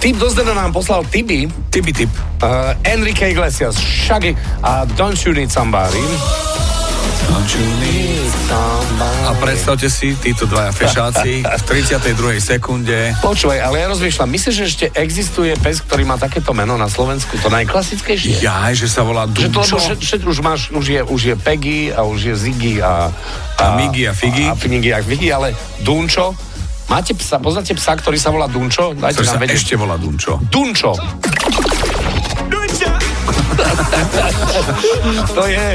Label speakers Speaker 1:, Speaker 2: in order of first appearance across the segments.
Speaker 1: Typ do Zdena nám poslal tipy.
Speaker 2: Tipi tip.
Speaker 1: Uh, Enrique Iglesias, Shaggy a Don't You Need Somebody.
Speaker 2: A predstavte si, títo dvaja fešáci v 32. sekunde.
Speaker 1: Počúvaj, ale ja rozmýšľam, myslíš, že ešte existuje pes, ktorý má takéto meno na Slovensku? To najklasickejšie?
Speaker 2: Jaj, že sa volá
Speaker 1: Že to, lebo
Speaker 2: Dubčo.
Speaker 1: že, že už, máš, už, je, už je Peggy a už je Ziggy a...
Speaker 2: A Miggy a Figgy.
Speaker 1: A, a Figgy a Figgy, ale Dunčo. Máte psa, poznáte psa, ktorý sa volá Dunčo? Dajte
Speaker 2: Ktorý sa
Speaker 1: nám vedieť.
Speaker 2: ešte volá Dunčo.
Speaker 1: Dunčo. to je,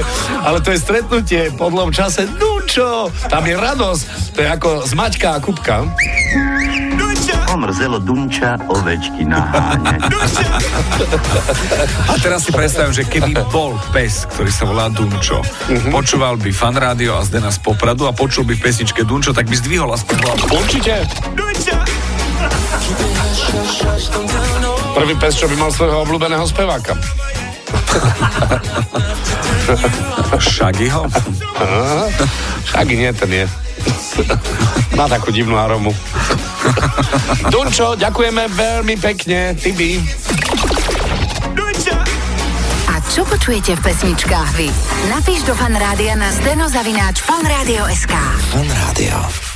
Speaker 1: ale to je stretnutie po dlhom čase. Dunčo, tam je radosť. To je ako z Maťka a Kupka.
Speaker 3: Omrzelo Dunča ovečky naháňať.
Speaker 2: A teraz si predstavím, že keby bol pes, ktorý sa volá Dunčo,
Speaker 1: Mhm.
Speaker 2: počúval by fan rádio a zde nás popradu a počul by v pesničke Dunčo, tak by zdvihol aspoň hlavu.
Speaker 1: Určite. Prvý pes, čo by mal svojho obľúbeného speváka.
Speaker 2: Šagiho?
Speaker 1: Ak nie, ten je. Má takú divnú aromu. Dunčo, ďakujeme veľmi pekne. Tibi.
Speaker 4: A čo počujete v pesničkách vy? Napíš do fanrádia na steno zavináč fanradio.sk.
Speaker 5: Fan Rádio.